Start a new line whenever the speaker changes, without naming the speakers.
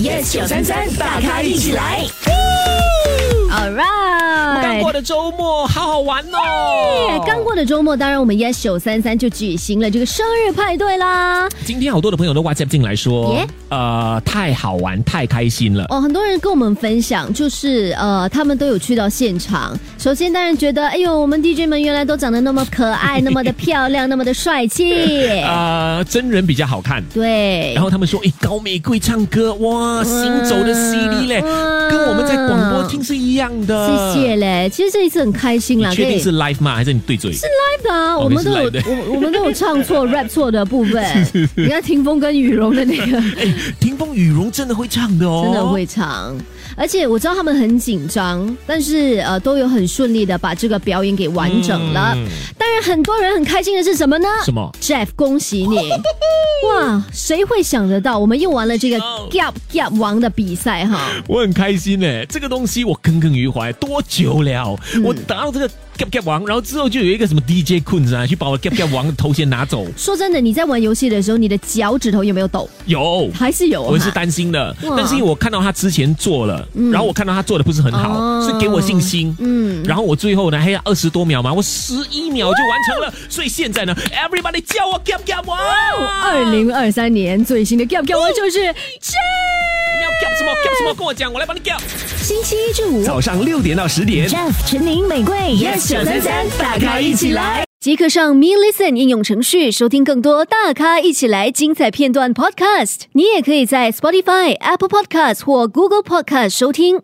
yes 九三三，大咖一起来。
All
刚
right。
过的周末，好好玩
哎
哦！
刚过的周末，当然我们 Yes 九三三就举行了这个生日派对啦。
今天好多的朋友都 WhatsApp 进来说
耶
呃，太好玩，太开心了。
哦，很多人跟我们分享，就是呃，他们都有去到现场。首先，当然觉得，哎呦，我们 DJ 们原来都长得那么可爱，那么的漂亮，那么的帅气。
呃，真人比较好看。
哎对
然，后他们说，诶，高玫瑰唱歌，哇，行走的 CD 嘞，
嗯
跟我们在广播听是一样的。
谢谢。嘞。其实这一次很开心啦，
呃你确
可以
定是 live 吗？还是你对嘴？
live 的啊，
哦
我们都有
那是 live
我我们都有唱错 rap 错的部分。 你看霆锋跟雨柔的那个。
哎，霆锋、雨荣真的会唱的哦，
真的会唱，而且我知道他们很紧张，但是呃都有很顺利的把这个表演给完整了。
嗯
当然，很多人很开心的是什么呢
什么？
？Jeff，恭喜 你！哇，谁会想得到我们用完了这个
哦
Gap Gap 王的比赛哈？
我很开心呢、这个东西我耿耿于怀多久了？
嗯
我达到这个 Gap Gap 王，然后之后就有一个什么 DJ 困啊，去把我 Gap Gap 王的头衔拿走。
说真的，你在玩游戏的时候，你的脚趾头有没有抖？
有，
还是有啊？
我是担心的，
哇嗯
但是因为我看到他之前做了，然后我看到他做的不是很好，
哦
是给我信心。
嗯，
然后我最后呢还有二十多秒嘛，我十一秒就完成了，所以现在呢，everybody 叫我 Gap Gap 王，
哦二零二三年最新的 Gap Gap 王就是 Jeff，
你要 Gap 什么 Gap 什么，跟我讲，我来帮你 Gap。
星期一至五
早上六点到十点，
Jeff 陈宁玫瑰
Yes 933大咖一起来，
即刻上 Me Listen 应用程序收听更多大咖一起来精彩片段 Podcast。你也可以在 Spotify、Apple Podcast 或 Google Podcast 收听。